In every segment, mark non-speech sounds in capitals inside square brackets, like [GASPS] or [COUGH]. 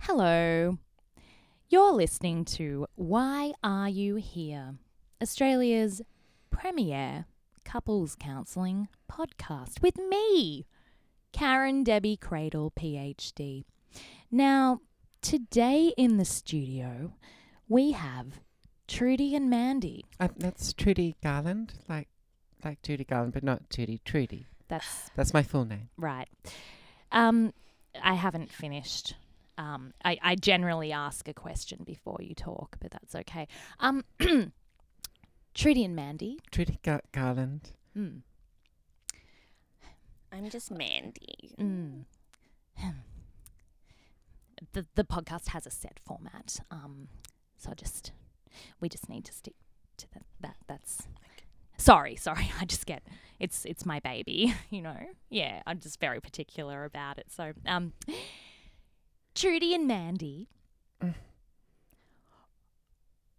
Hello. You're listening to Why Are You Here? Australia's premier couples counselling podcast with me, Karen Debbie Cradle, PhD. Now, today in the studio, we have Trudy and Mandy. Um, that's Trudy Garland, like like Judy Garland, but not Judy. Trudy. That's That's my full name. Right. Um, I haven't finished. Um, I, I generally ask a question before you talk, but that's okay. Um, [CLEARS THROAT] Trudy and Mandy. Trudy Gar- Garland. Mm, I'm just Mandy. mm. The, the podcast has a set format. Um, so I just, we just need to stick to that. that that's, sorry, sorry. [LAUGHS] I just get, it's, it's my baby, [LAUGHS] you know? Yeah, I'm just very particular about it. So, um, Trudy and Mandy. Mm.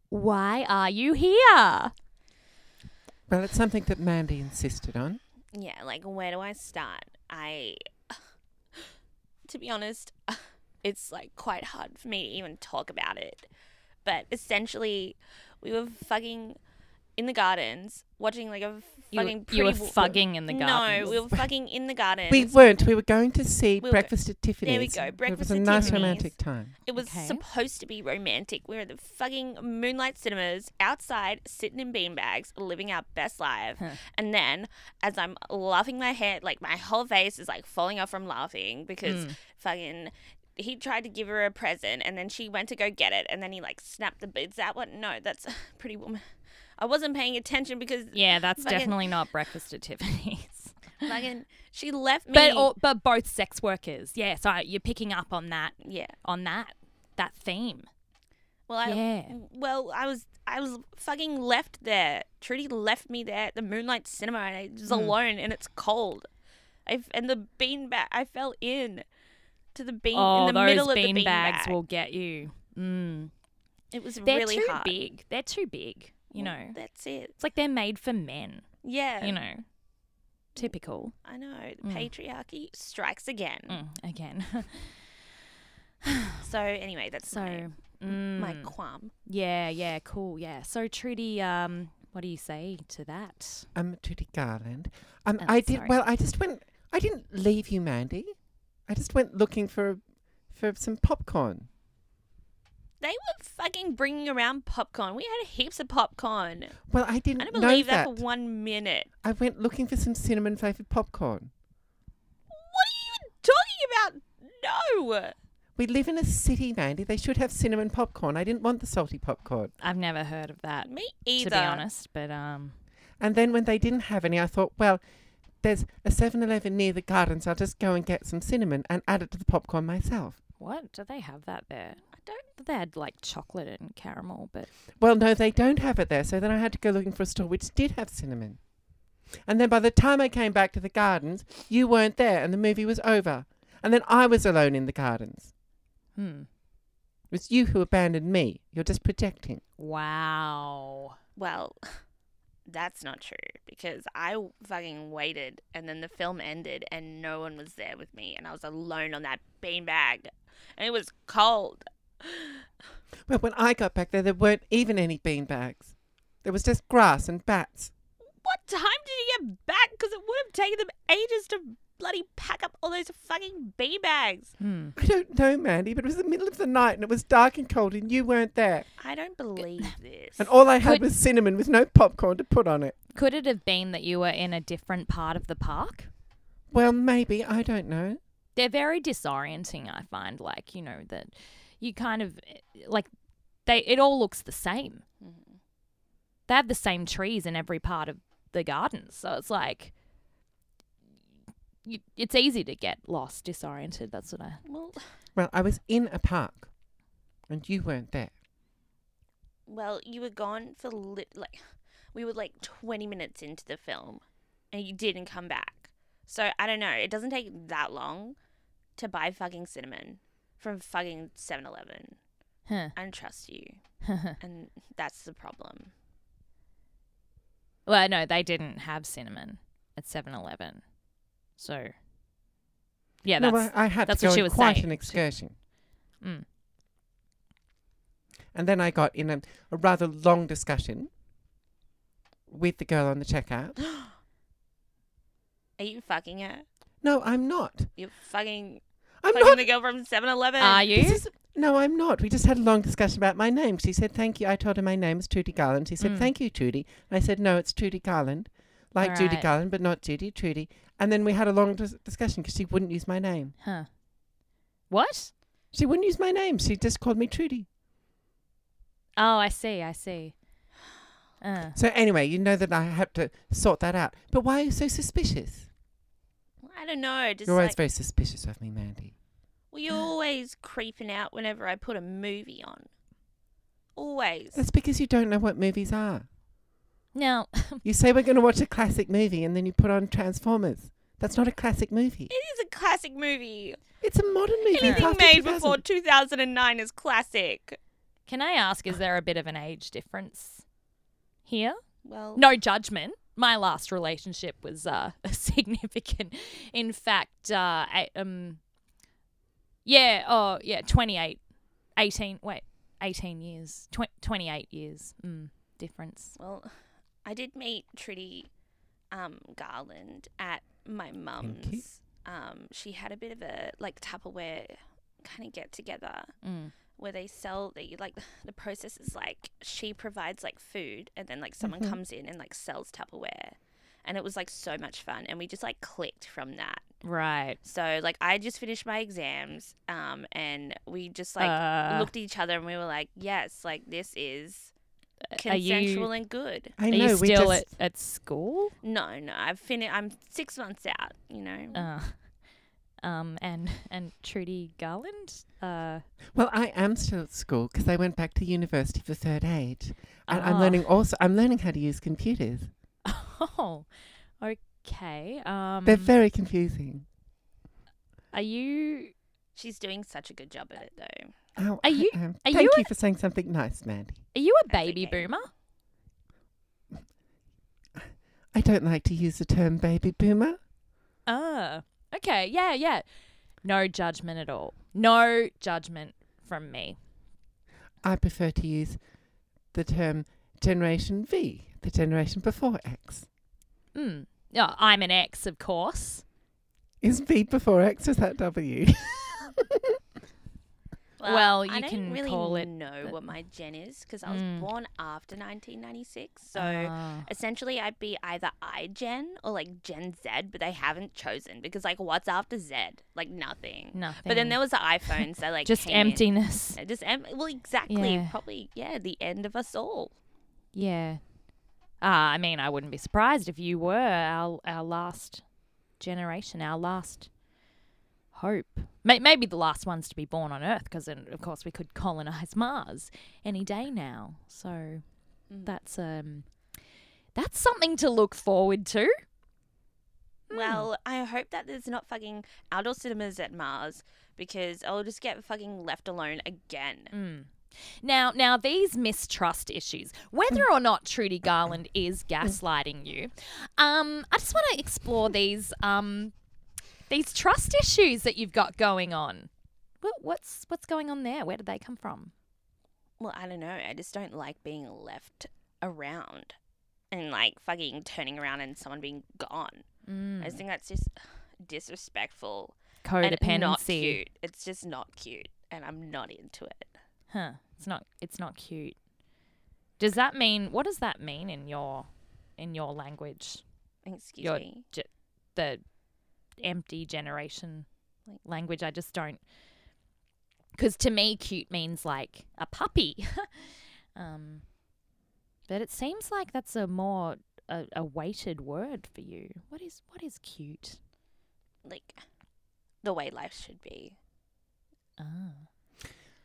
Why are you here? Well, it's something that Mandy insisted on. Yeah, like where do I start? I [SIGHS] to be honest, [SIGHS] it's like quite hard for me to even talk about it. But essentially, we were fucking in the gardens watching like a You, fucking you were pretty wo- fugging in the garden. No, we were fucking in [LAUGHS] the gardens. We weren't. We were going to see We were- Breakfast at Tiffany's. go, it was Breakfast a at nice Tiffany's. romantic time. It was Okay. supposed to be romantic. We were at the fucking Moonlight Cinemas outside, sitting in beanbags, living our best life. Huh. And then, as I'm laughing my head, like my whole face is like falling off from laughing because Hmm. fucking. He tried to give her a present and then she went to go get it and then he like snapped the beads out. What? No, that's [LAUGHS] pretty woman. I wasn't paying attention because Yeah, that's Fucking- definitely not breakfast at Tiffany's. fucking she left me. but or, but both sex workers. Yeah, so you're picking up on that yeah. on that that theme. Well, I Yeah. well, I was I was fucking left there. Trudy left me there at the Moonlight Cinema, and I Hmm. was alone, and it's cold. I f- and the bean bag. I fell in to the bean oh, in the those middle of the bean bean bags bag. will get you. Mm. It was They're really too hard. big. They're too big. You know, That's it. it's like they're made for men. Yeah. You know, typical I know the Mm. patriarchy strikes again. mm, again. [LAUGHS] So anyway, that's so my, my mm. qualm. Yeah, yeah, cool. Yeah. So Trudy, um, what do you say to that? Um, Trudy Garland. Um, Oh, I did. sorry. Well, I just went. I didn't leave you, Mandy. I just went looking for for some popcorn. They were fucking bringing around popcorn. We had heaps of popcorn. Well, I didn't I don't know believe that that. for one minute. I went looking for some cinnamon flavored popcorn. What are you talking about? No. We live in a city, Mandy. They should have cinnamon popcorn. I didn't want the salty popcorn. I've never heard of that Uh, Me either. to be honest, but um, And then when they didn't have any, I thought, well, there's a 7 Eleven near the gardens. I'll just go and get some cinnamon and add it to the popcorn myself. what do they have that there? I don't. Thought They had like chocolate and caramel, but Well, no, they don't have it there. So then I had to go looking for a store which did have cinnamon. And then by the time I came back to the gardens, you weren't there and the movie was over. And then I was alone in the gardens. hmm. It was you who abandoned me. You're just projecting. Wow. Well, [LAUGHS] that's not true because I fucking waited, and then the film ended, and no one was there with me, and I was alone on that beanbag, and it was cold. Well, when I got back there, there weren't even any bean bags. There was just grass and bats. What time did you get back? Because it would have taken them ages to bloody pack up all those fucking beanbags. Hmm. I don't know, Mandy, but it was the middle of the night and it was dark and cold and you weren't there. I don't believe this. And all I had Could- was cinnamon with no popcorn to put on it. Could it have been that you were in a different part of the park? Well, maybe. I don't know. They're very disorienting, I find. Like, you know, that you kind of eh, like they it all looks the same. Mhm. They have the same trees in every part of the garden. So it's like you, it's easy to get lost, disoriented. That's what I Well, Well, I was in a park and you weren't there. well, you were gone for li- like we were like 20 minutes into the film and you didn't come back. So I don't know, it doesn't take that long to buy fucking cinnamon from fucking 7-Eleven. huh. [LAUGHS] I don't trust you. And that's the problem. Well, no, they didn't have cinnamon at 7-Eleven. So yeah, no, that's I, I had that's to what go she on was quite saying. an excursion. Mm. And then I got in a, a rather long discussion with the girl on the checkout. [GASPS] Are you fucking her? No, I'm not. You're fucking I'm fucking not. the girl from 7-Eleven. Are you? This is, no, I'm not. We just had a long discussion about my name. She said, thank you. I told her my name is Trudy Garland. She said, Mm. thank you, Trudy. And I said, no, it's Trudy Garland. Like All Judy right. Garland, but not Judy, Trudy. And then we had a long dis- discussion because she wouldn't use my name. Huh. What? She wouldn't use my name. She just called me Trudy. Oh, I see. I see. Uh, So anyway, you know that I had to sort that out. But why are you so suspicious? I don't know. Just You're always like, very suspicious of me, Mandy. well, you're always creeping out whenever I put a movie on. Always. That's because you don't know what movies are. now, [LAUGHS] You say we're going to watch a classic movie and then you put on Transformers. That's not a classic movie. It is a classic movie. It's a modern movie. It's Anything after made 2000. before 2009 is classic. can I ask, is there a bit of an age difference here? Well, No judgment. My last relationship was uh, [LAUGHS] significant. In fact, uh, I, um, yeah, oh, yeah, 28, 18, wait, 18 years, tw- 28 years mm, difference. Well, I did meet Trudy um, Garland at my you. mum's. Um, she had a bit of a like Tupperware kind of get together Mm. where they sell the like the process is like she provides like food and then like someone comes in and like sells Tupperware. And it was like so much fun, and we just like clicked from that. Right. So like I just finished my exams, um, and we just like Uh. looked at each other, and we were like, "Yes, like this is are you- consensual and good." I Are know. you we still just, at, at school? No, no, I've finished. I'm six months out. You know, Uh, um, and, and Trudy Garland? Uh, [LAUGHS] Well, I am still at school because I went back to university for third aid, and I'm Ah. learning also. I'm learning how to use computers. oh, okay. Um, They're very confusing. are you she's doing such a good job at it, though. Oh, Are you- I, am. are Thank you you, a- for saying something nice, Mandy. are you a That's baby okay. boomer? I don't like to use the term baby boomer. Ah, okay. Yeah, yeah. No judgment at all. No judgment from me. I prefer to use the term Generation V, the generation before X. Mm. Yeah, I'm an ex, of course. Is V before X? Is that W? [LAUGHS] Well, I you don't can really call it know that- what my gen is because I was Mm. born after 1996, so. Ah. Essentially, I'd be either iGen or like Gen Z, but they haven't chosen because, like, what's after Z? Like, nothing. nothing. But then there was the iPhones that, like, just came in. emptiness. Uh, Just em- Well, exactly. Yeah. Probably, yeah, the end of us all. Yeah. Ah, I mean, I wouldn't be surprised if you were our our last generation, our last hope. May- maybe the last ones to be born on Earth, because of course we could colonize Mars any day now. So that's um, that's something to look forward to. Hmm. Well, I hope that there's not fucking outdoor cinemas at Mars because I'll just get fucking left alone again. Mm. Now, now these mistrust issues, whether or not Trudy Garland is gaslighting you, um, I just want to explore these um, these trust issues that you've got going on. What, what's what's going on there? Where did they come from? Well, I don't know. I just don't like being left around and like fucking turning around and someone being gone. I Mm. just think that's just [SIGHS] disrespectful Codependency. and not cute. It's just not cute, and I'm not into it. Huh. It's not. It's not cute. Does that mean? What does that mean in your in your language? Excuse Your me. ge- the empty generation language. I just don't. Because to me, cute means like a puppy. [LAUGHS] um, but it seems like that's a more a, a weighted word for you. What is what is cute? Like the way life should be. Ah,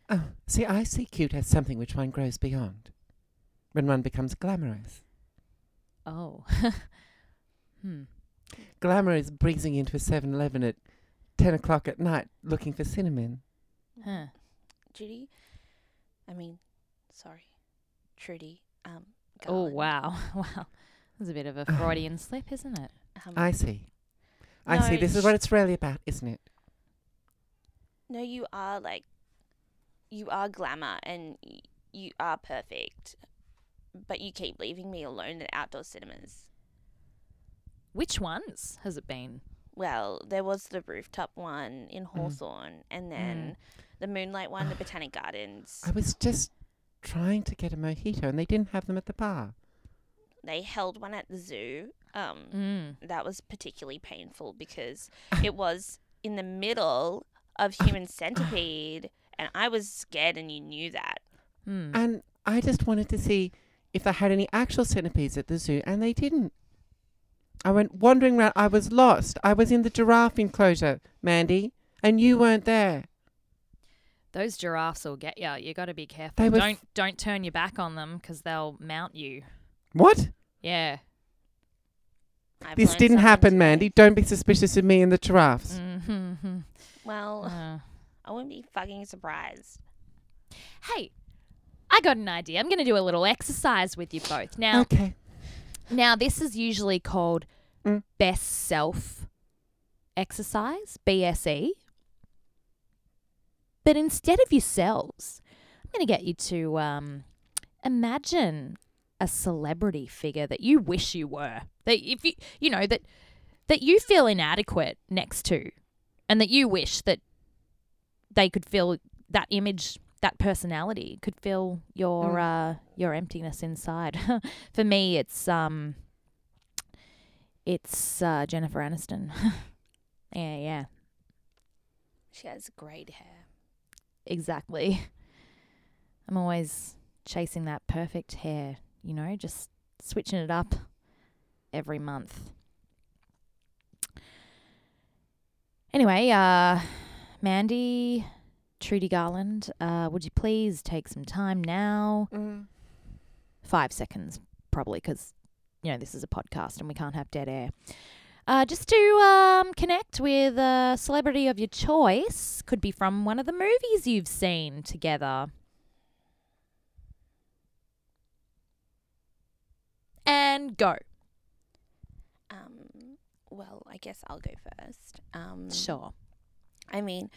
Oh, see, I see cute as something which one grows beyond when one becomes glamorous. oh, [LAUGHS] hmm. Glamour is breezing into a 7 Eleven at 10 o'clock at night looking for cinnamon. Huh. Judy, I mean, sorry, Trudy. Um. Oh Garland, wow, [LAUGHS] wow. That's a bit of a Freudian slip, isn't it? um, I see. I see. No, This is sh- what it's really about, isn't it? No, you are like, you are glamour, and y- you are perfect, but you keep leaving me alone at outdoor cinemas. Which ones has it been? Well, there was the rooftop one in Hawthorne, and then Mm-hmm. the moonlight one, the Botanic Gardens. I was just trying to get a mojito and they didn't have them at the bar. They held one at the zoo. Um, Mm. that was particularly painful because it was in the middle of human centipede and i was scared and you knew that Mm. And I just wanted to see if they had any actual centipedes at the zoo and they didn't. I went wandering around. I was lost. I was in the giraffe enclosure, Mandy, and you weren't there. Those giraffes will get you. You got to be careful. They were f- don't don't turn your back on them because they'll mount you. What? Yeah. I've this learned didn't something happen, today. Mm. Mandy. Don't be suspicious of me and the giraffes. Mhm. well Uh. i wouldn't be fucking surprised Hey, I got an idea. I'm going to do a little exercise with you both. Now, Okay. now this is usually called Mm. best self exercise, BSE. But instead of yourselves, I'm going to get you to um, imagine a celebrity figure that you wish you were. That if you you know that that you feel inadequate next to and that you wish that they could feel that image that personality could fill your uh, your emptiness inside. [LAUGHS] For me, it's um, it's uh, Jennifer Aniston. [LAUGHS] yeah, yeah, she has great hair exactly. [LAUGHS] I'm always chasing that perfect hair, you know, just switching it up every month. Anyway, uh, Mandy, Trudy Garland, uh, would you please take some time now? five seconds probably because you know this is a podcast and we can't have dead air uh, just to um, connect with a celebrity of your choice could be from one of the movies you've seen together and go um well i guess i'll go first um sure i mean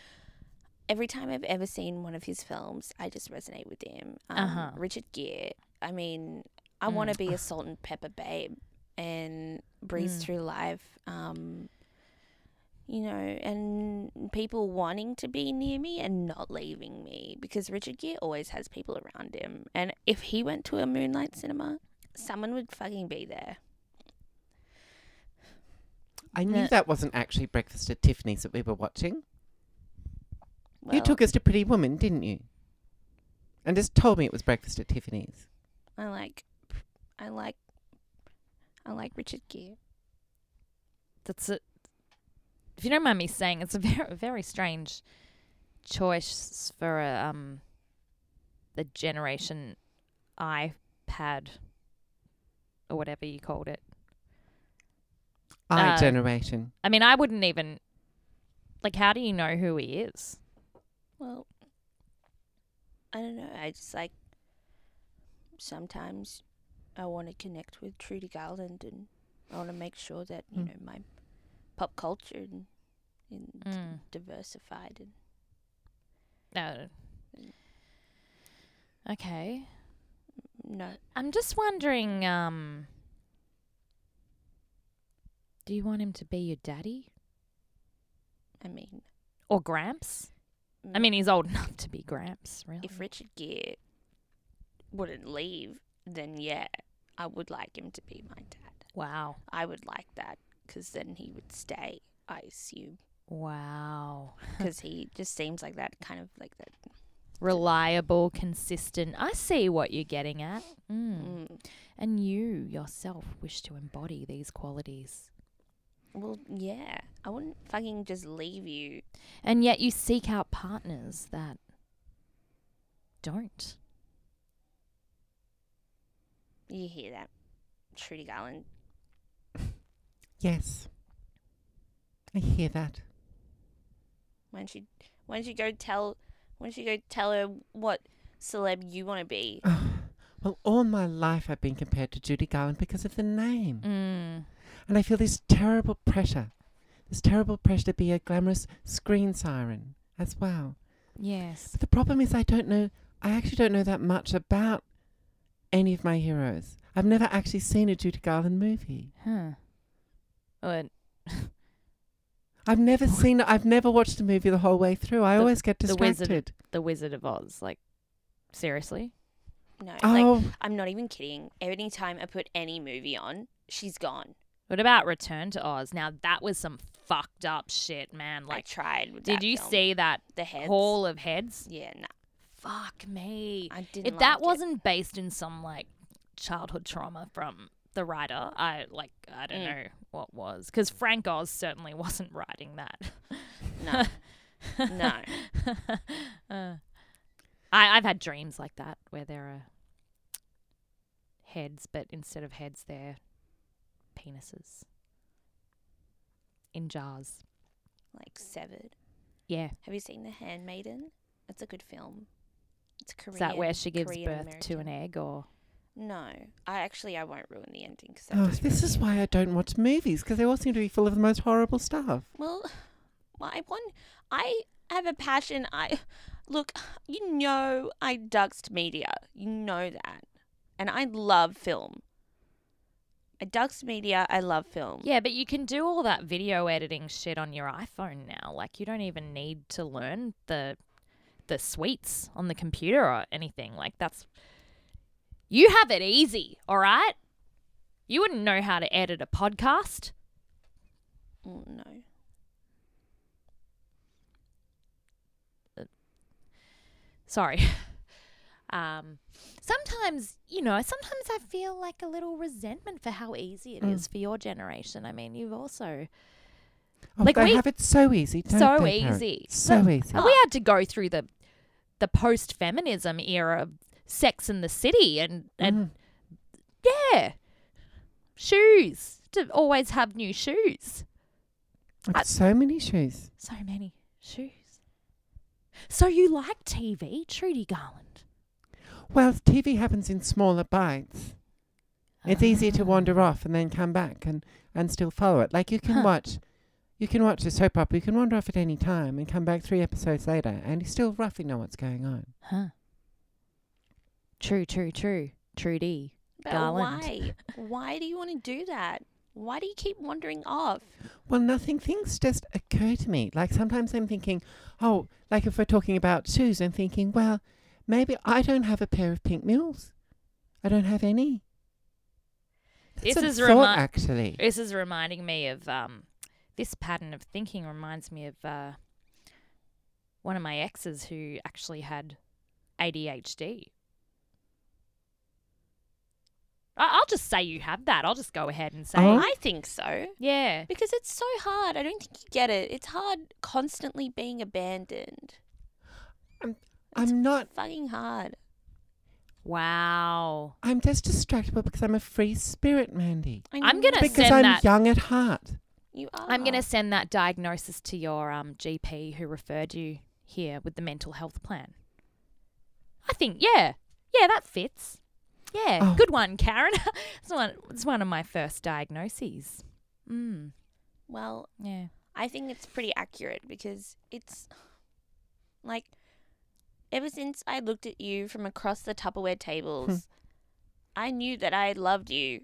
every time i've ever seen one of his films i just resonate with him um, Uh-huh. richard gere i mean i want to be a salt and pepper babe and breeze Mm. through life um you know and people wanting to be near me and not leaving me because richard gere always has people around him and if he went to a moonlight cinema someone would fucking be there I knew Uh, that wasn't actually Breakfast at Tiffany's that we were watching. you Well, took us to Pretty Woman, didn't you? And just told me it was Breakfast at Tiffany's. I like, I like, I like Richard Gere. that's it if you don't mind me saying it's a [LAUGHS] very, very strange choice for a, um the generation ipad or whatever you called it I Uh, generation. I mean, I wouldn't even like. How do you know who he is? Well, I don't know. I just like sometimes I want to connect with Trudy Garland, and I want to make sure that Hmm. you Mm. know my pop culture and, and d- Mm. diversified and No. Okay. no. I'm just wondering. Um, do you want him to be your daddy I mean, or Gramps? I mm, mean, he's old [LAUGHS] enough to be Gramps, really. if Richard Gere wouldn't leave, then yeah, I would like him to be my dad. wow. I would like that because then he would stay. I assume [LAUGHS] Wow. because he just seems like that kind of like that. Reliable, consistent. I see what you're getting at. Mm. Mm. And you yourself wish to embody these qualities. Well, yeah, I wouldn't fucking just leave you. And yet you seek out partners that don't. You hear that, Trudy Garland? Yes. I hear that. Why don't you, why don't you go tell, why don't you go tell her what celeb you want to be? Uh, Well, all my life I've been compared to Judy Garland because of the name. Mm. And I feel this terrible pressure. This terrible pressure to be a glamorous screen siren as well. Yes. But the problem is I don't know I actually don't know that much about any of my heroes. I've never actually seen a Judy Garland movie. Huh. [LAUGHS] Or I've never seen. I've never watched a movie the whole way through. I The- always get the Wizard. distracted. The Wizard of Oz. Like, seriously? No, like Oh, I'm not even kidding. Every time I put any movie on, she's gone. What about Return to Oz? Now, that was some fucked up shit, man. I Like, tried. With did that you film. see that the heads? Hall of Heads? Yeah, [LAUGHS] no, Fuck me. I didn't. If that like it. wasn't based in some, like, childhood trauma from the writer, I, like, I don't Mm. know what was. Because Frank Oz certainly [LAUGHS] wasn't writing that. [LAUGHS] no, no, uh, I, I've had dreams like that where there are heads, but instead of heads, they're penises in jars. like severed. Yeah. Have you seen The Handmaiden? It's a good film. It's Korean. Is that where she gives Korean birth to an American. egg or? No, I actually I won't ruin the ending because oh, this is why I don't watch movies because they all seem to be full of the most horrible stuff. Well, [SIGHS] my one, I have a passion. I [SIGHS] look, you know, I duxed media. You know that, and I love film. I duxed media. I love film. Yeah, but you can do all that video editing shit on your iPhone now. Like you don't even need to learn the the suites on the computer or anything. Like that's you have it easy, all right? You wouldn't know how to edit a podcast. Mm, no. Sorry. [LAUGHS] Um sometimes, you know, sometimes I feel like a little resentment for how easy it is Mm. for your generation. I mean, you've also Oh, Like, they we- have it so easy, don't so they, Karen? easy. so But- easy. And we had to go through the the post feminism era of Sex in the City and and Mm. yeah, shoes to always have new shoes. I've I- got so many shoes. So many shoes. So you like TV, Trudy Garland? Well, TV happens in smaller bites. It's easier to Ah. wander off and then come back and, and still follow it. Like you can Huh. watch, you can watch a soap opera. You can wander off at any time and come back three episodes later, and you still roughly know what's going on. Huh. True, true, true, Trudy. But Garland. [LAUGHS] why? Why do you want to do that? Why do you keep wandering off? Well, nothing. Things just occur to me. Like sometimes I'm thinking, oh, like if we're talking about shoes, I'm thinking, well, maybe I don't have a pair of pink mules. I don't have any. That's This a is thought, remi- actually. This is reminding me of um, this pattern of thinking reminds me of uh, one of my exes who actually had ADHD. I- I'll just say you have that. I'll just go ahead and say, Oh. I think so. yeah. Because it's so hard. I don't think you get it. It's hard constantly being abandoned. I'm not. Fucking hard. Wow. I'm just distractible because I'm a free spirit, Mandy. I I'm gonna Yes, know Because send I'm that- young at heart. You are. I'm going to send that diagnosis to your um, GP who referred you here with the mental health plan. I think, yeah. Yeah, that fits. Yeah. Oh. Good one, Karen. [LAUGHS] it's, one, it's one of my first diagnoses. Mm, Well, yeah. I think it's pretty accurate because it's like ever since I looked at you from across the Tupperware tables, Hmm. I knew that I loved you.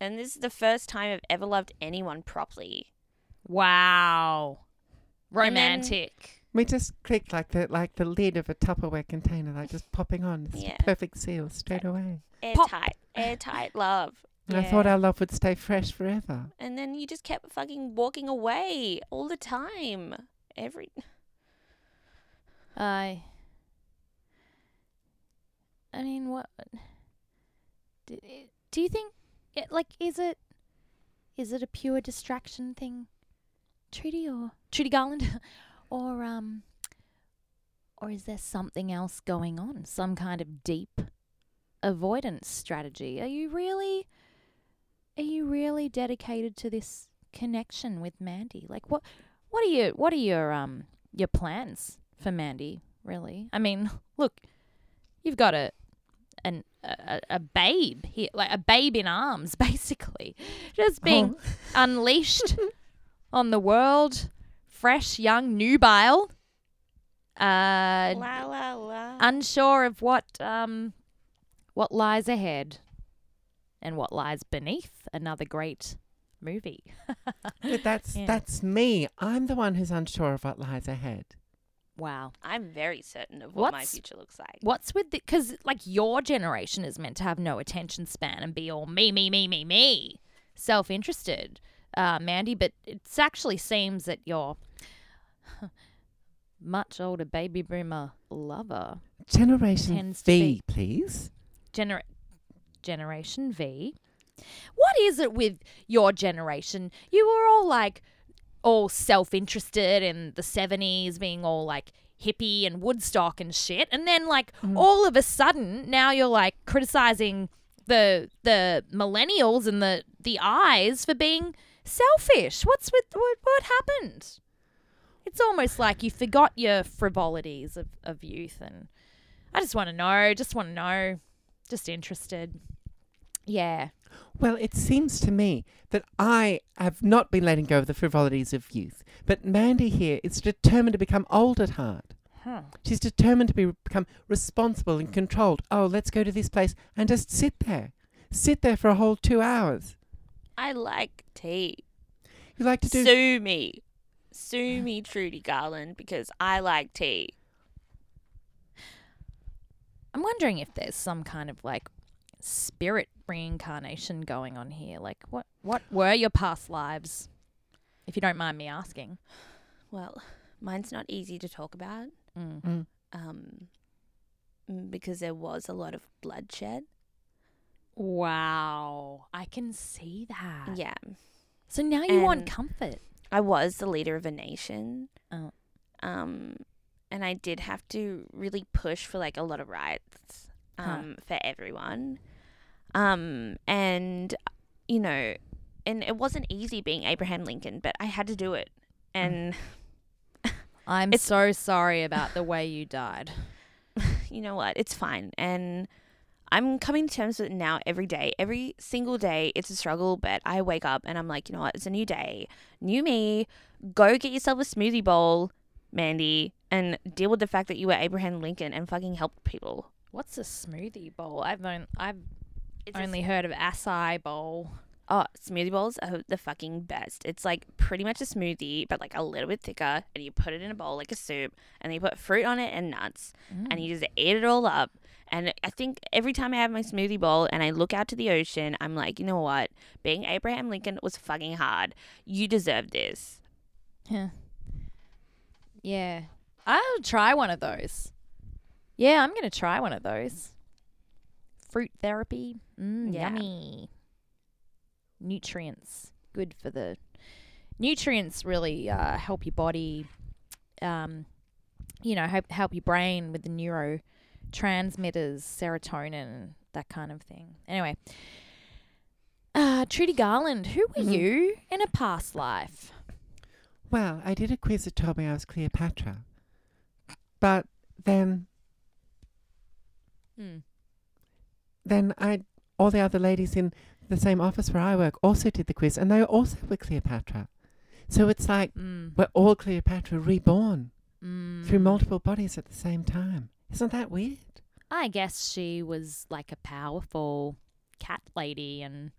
And this is the first time I've ever loved anyone properly. Wow. And then- Romantic. We just click like the like the lid of a Tupperware container, like just popping on. It's Yeah. a perfect seal straight Uh, away. Pop. Airtight, airtight love. And I thought Yeah. our love would stay fresh forever. And then you just kept fucking walking away all the time. [LAUGHS] Every I. I mean, what? Do, do you think, it, like, is it, is it a pure distraction thing, Trudy or Trudy Garland, [LAUGHS] or um, or is there something else going on? Some kind of deep avoidance strategy? Are you really, are you really dedicated to this connection with Mandy? Like, what, what are you, what are your um, your plans for Mandy, really. I mean, [LAUGHS] look, you've got a an a, a a babe here, like a babe in arms, [LAUGHS] basically, just Oh. being unleashed on the world, fresh, young, nubile. Uh, La la la. unsure of what um, what lies ahead and what lies beneath another great movie. [LAUGHS] But that's Yeah. that's me. I'm the one who's unsure of what lies ahead. Wow. I'm very certain of what my What's- future looks like. What's with the cuz like your generation is meant to have no attention span and be all me me me me me self-interested. Uh, Mandy, but it actually seems that your [LAUGHS] much older baby boomer lover Generation Tends to V, please. gener- generation V. What is it with your generation? You were all like all self-interested in the 70s being all like hippie and woodstock and shit and then like all of a sudden now you're like criticizing the the millennials and the the eyes for being selfish. What's with what, what happened? It's almost like you forgot your frivolities of, of youth and I just want to know, just want to know just interested. Yeah. Well, it seems to me that I have not been letting go of the frivolities of youth, but Mandy here is determined to become old at heart. Huh. She's determined to be, become responsible and controlled. Oh, let's go to this place and just sit there. Sit there for a whole two hours. I like tea. You like to do. Sue me. Sue me, Trudy Garland, because I like tea. I'm wondering if there's some kind of like spirit reincarnation going on here. Like what what were your past lives? If you don't mind me asking. Well, mine's not easy to talk about Mm. Mm. um, because there was a lot of bloodshed. Wow. I can see that. Yeah. So now you want And- comfort. I was the leader of a nation. Oh. Um, and I did have to really push for like a lot of rights Huh. um, for everyone. Um, and, you know, and it wasn't easy being Abraham Lincoln, but I had to do it. And I'm It's- so sorry about the way you died. you know what? It's fine. And I'm coming to terms with it now every day. Every single day, it's a struggle, but I wake up and I'm like, you know what? It's a new day. New me. Go get yourself a smoothie bowl, Mandy, and deal with the fact that you were Abraham Lincoln and fucking helped people. [LAUGHS] What's a smoothie bowl? I've on, I've a only heard of acai bowl. Oh, smoothie bowls are the fucking best. It's like pretty much a smoothie, but like a little bit thicker, and you put it in a bowl like a soup, and you put fruit on it and nuts, and you just eat it all up. And I think every time I have my smoothie bowl and I look out to the ocean, I'm like, you know what? Being Abraham Lincoln was fucking hard. You deserve this. Yeah. Yeah. I'll try one of those. Yeah, I'm going to try one of those. Fruit therapy. Mm, Yeah. Yummy. Nutrients. Good for the. Nutrients really uh, help your body, um, you know, help, help your brain with the neurotransmitters, serotonin, that kind of thing. Anyway, uh, Trudy Garland, who were Mhm. you in a past life? Well, I did a quiz that told me I was Cleopatra. But then, Hmm. then I, all the other ladies in the same office where I work also did the quiz, and they also were Cleopatra. So it's like Mm. we're all Cleopatra reborn Mm. through multiple bodies at the same time. Isn't that weird? I guess she was like a powerful cat lady, and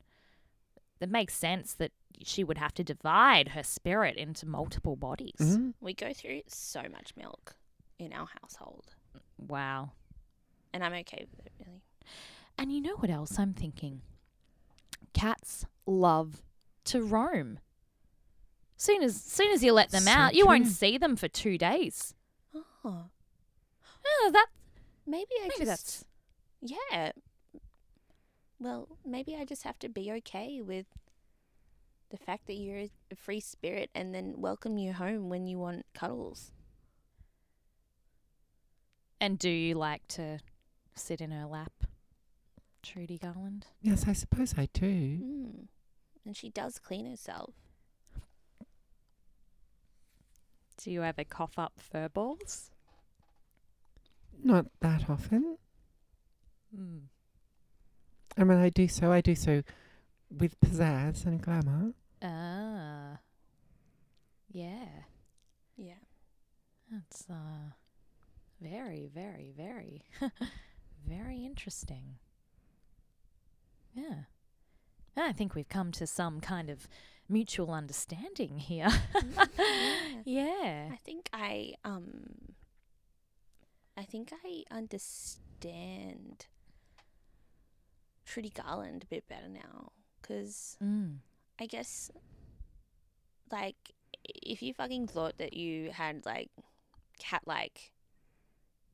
it makes sense that she would have to divide her spirit into multiple bodies. Mm. We go through so much milk in our household, Mm-hmm. Wow. and I'm okay with it, really. And you know what else I'm thinking? Cats love to roam. Soon as soon as you let them So out, you won't true. see them for two days. Oh, Oh, that maybe I maybe just. that's Yeah. Well, maybe I just have to be okay with the fact that you're a free spirit and then welcome you home when you want cuddles. And do you like to sit in her lap, Trudy Garland? Yes, I suppose I do. Mm. And she does clean herself. Do you ever cough up fur balls? Not that often. Mm. I mean, I do so. I do so with pizzazz and glamour. Ah. Yeah. Yeah. That's uh Very, very, very, [LAUGHS] very interesting. Yeah. I think we've come to some kind of mutual understanding here. [LAUGHS] yeah. I think I um I think I understand Trudy Garland a bit better now cuz Mm. I guess like if you fucking thought that you had like cat like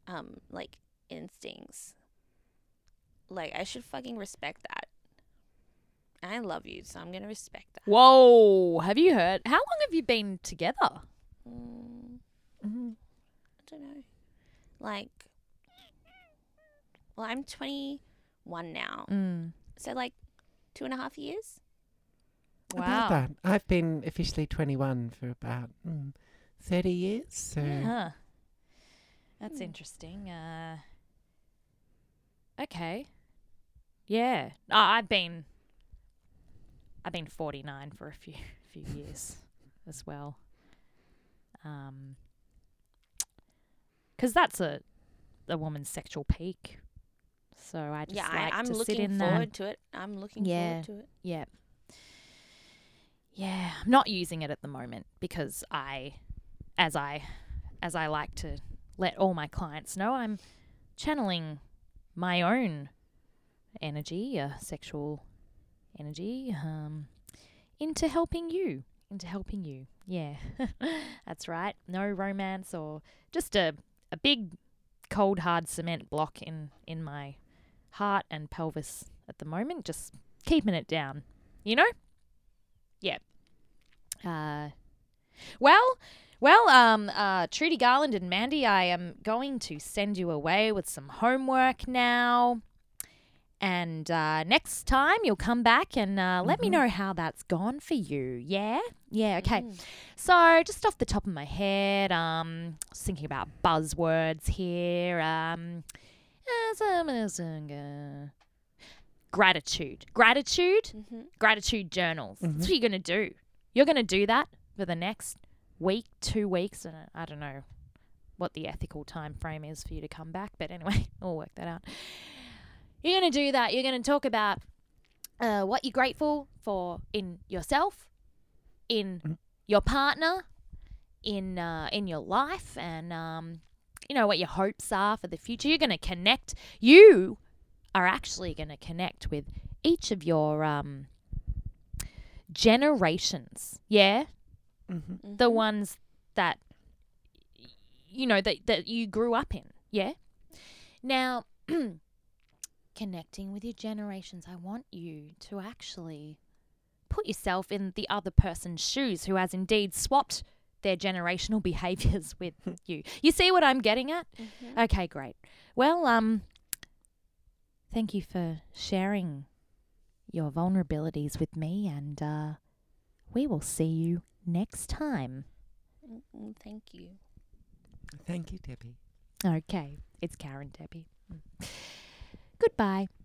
um like instincts like I should fucking respect that. I love you, so I'm going to respect that. Whoa. Have you heard? How long have you been together? Mm, Mm-hmm. I don't know. Like, well, I'm 21 now. Mm. So, like, two and a half years? Wow. About that. I've been officially 21 for about mm, 30 years. So Huh. That's Hmm. interesting. Uh, okay. Yeah. I I've been I've been 49 for a few [LAUGHS] few years as well. Um cuz that's a a woman's sexual peak. So I just yeah, like I, I'm to sit looking in forward that. to it. I'm looking Yeah. forward to it. Yeah. Yeah, I'm not using it at the moment because I as I as I like to let all my clients know, I'm channeling my own energy, uh, sexual energy, um, into helping you, into helping you. Yeah, [LAUGHS] that's right. No romance or just a, a big, cold, hard cement block in, in my heart and pelvis at the moment, just keeping it down, you know? Yeah. Uh, well, well, um, uh, Trudy Garland and Mandy, I am going to send you away with some homework now. And uh, next time you'll come back and uh, let me know how that's gone for you. Yeah? Yeah, okay. Mm-hmm, So, just off the top of my head, um, I was thinking about buzzwords here. Um, gratitude. Gratitude Mm-hmm. gratitude journals. That's what you're going to do. You're going to do that for the next week, two weeks, and uh, I don't know what the ethical time frame is for you to come back, but anyway, [LAUGHS] we'll work that out. You're going to do that. You're going to talk about uh, what you're grateful for in yourself, in your partner, in uh, in your life, and um, you know what your hopes are for the future. You're going to connect. You are actually going to connect with each of your um, generations. Yeah, Mhm. the mm-hmm, ones that y- you know that that you grew up in. Yeah. Now, [CLEARS THROAT] connecting with your generations, I want you to actually put yourself in the other person's shoes who has indeed swapped their generational [LAUGHS] behaviors with you. You see what I'm getting at? Mhm. Okay, great. Well, um, thank you for sharing your vulnerabilities with me, and uh, we will see you next time. Mm, mm, Thank you. thank you, Debbie. Okay, it's Karen Debbie. Mm. Goodbye.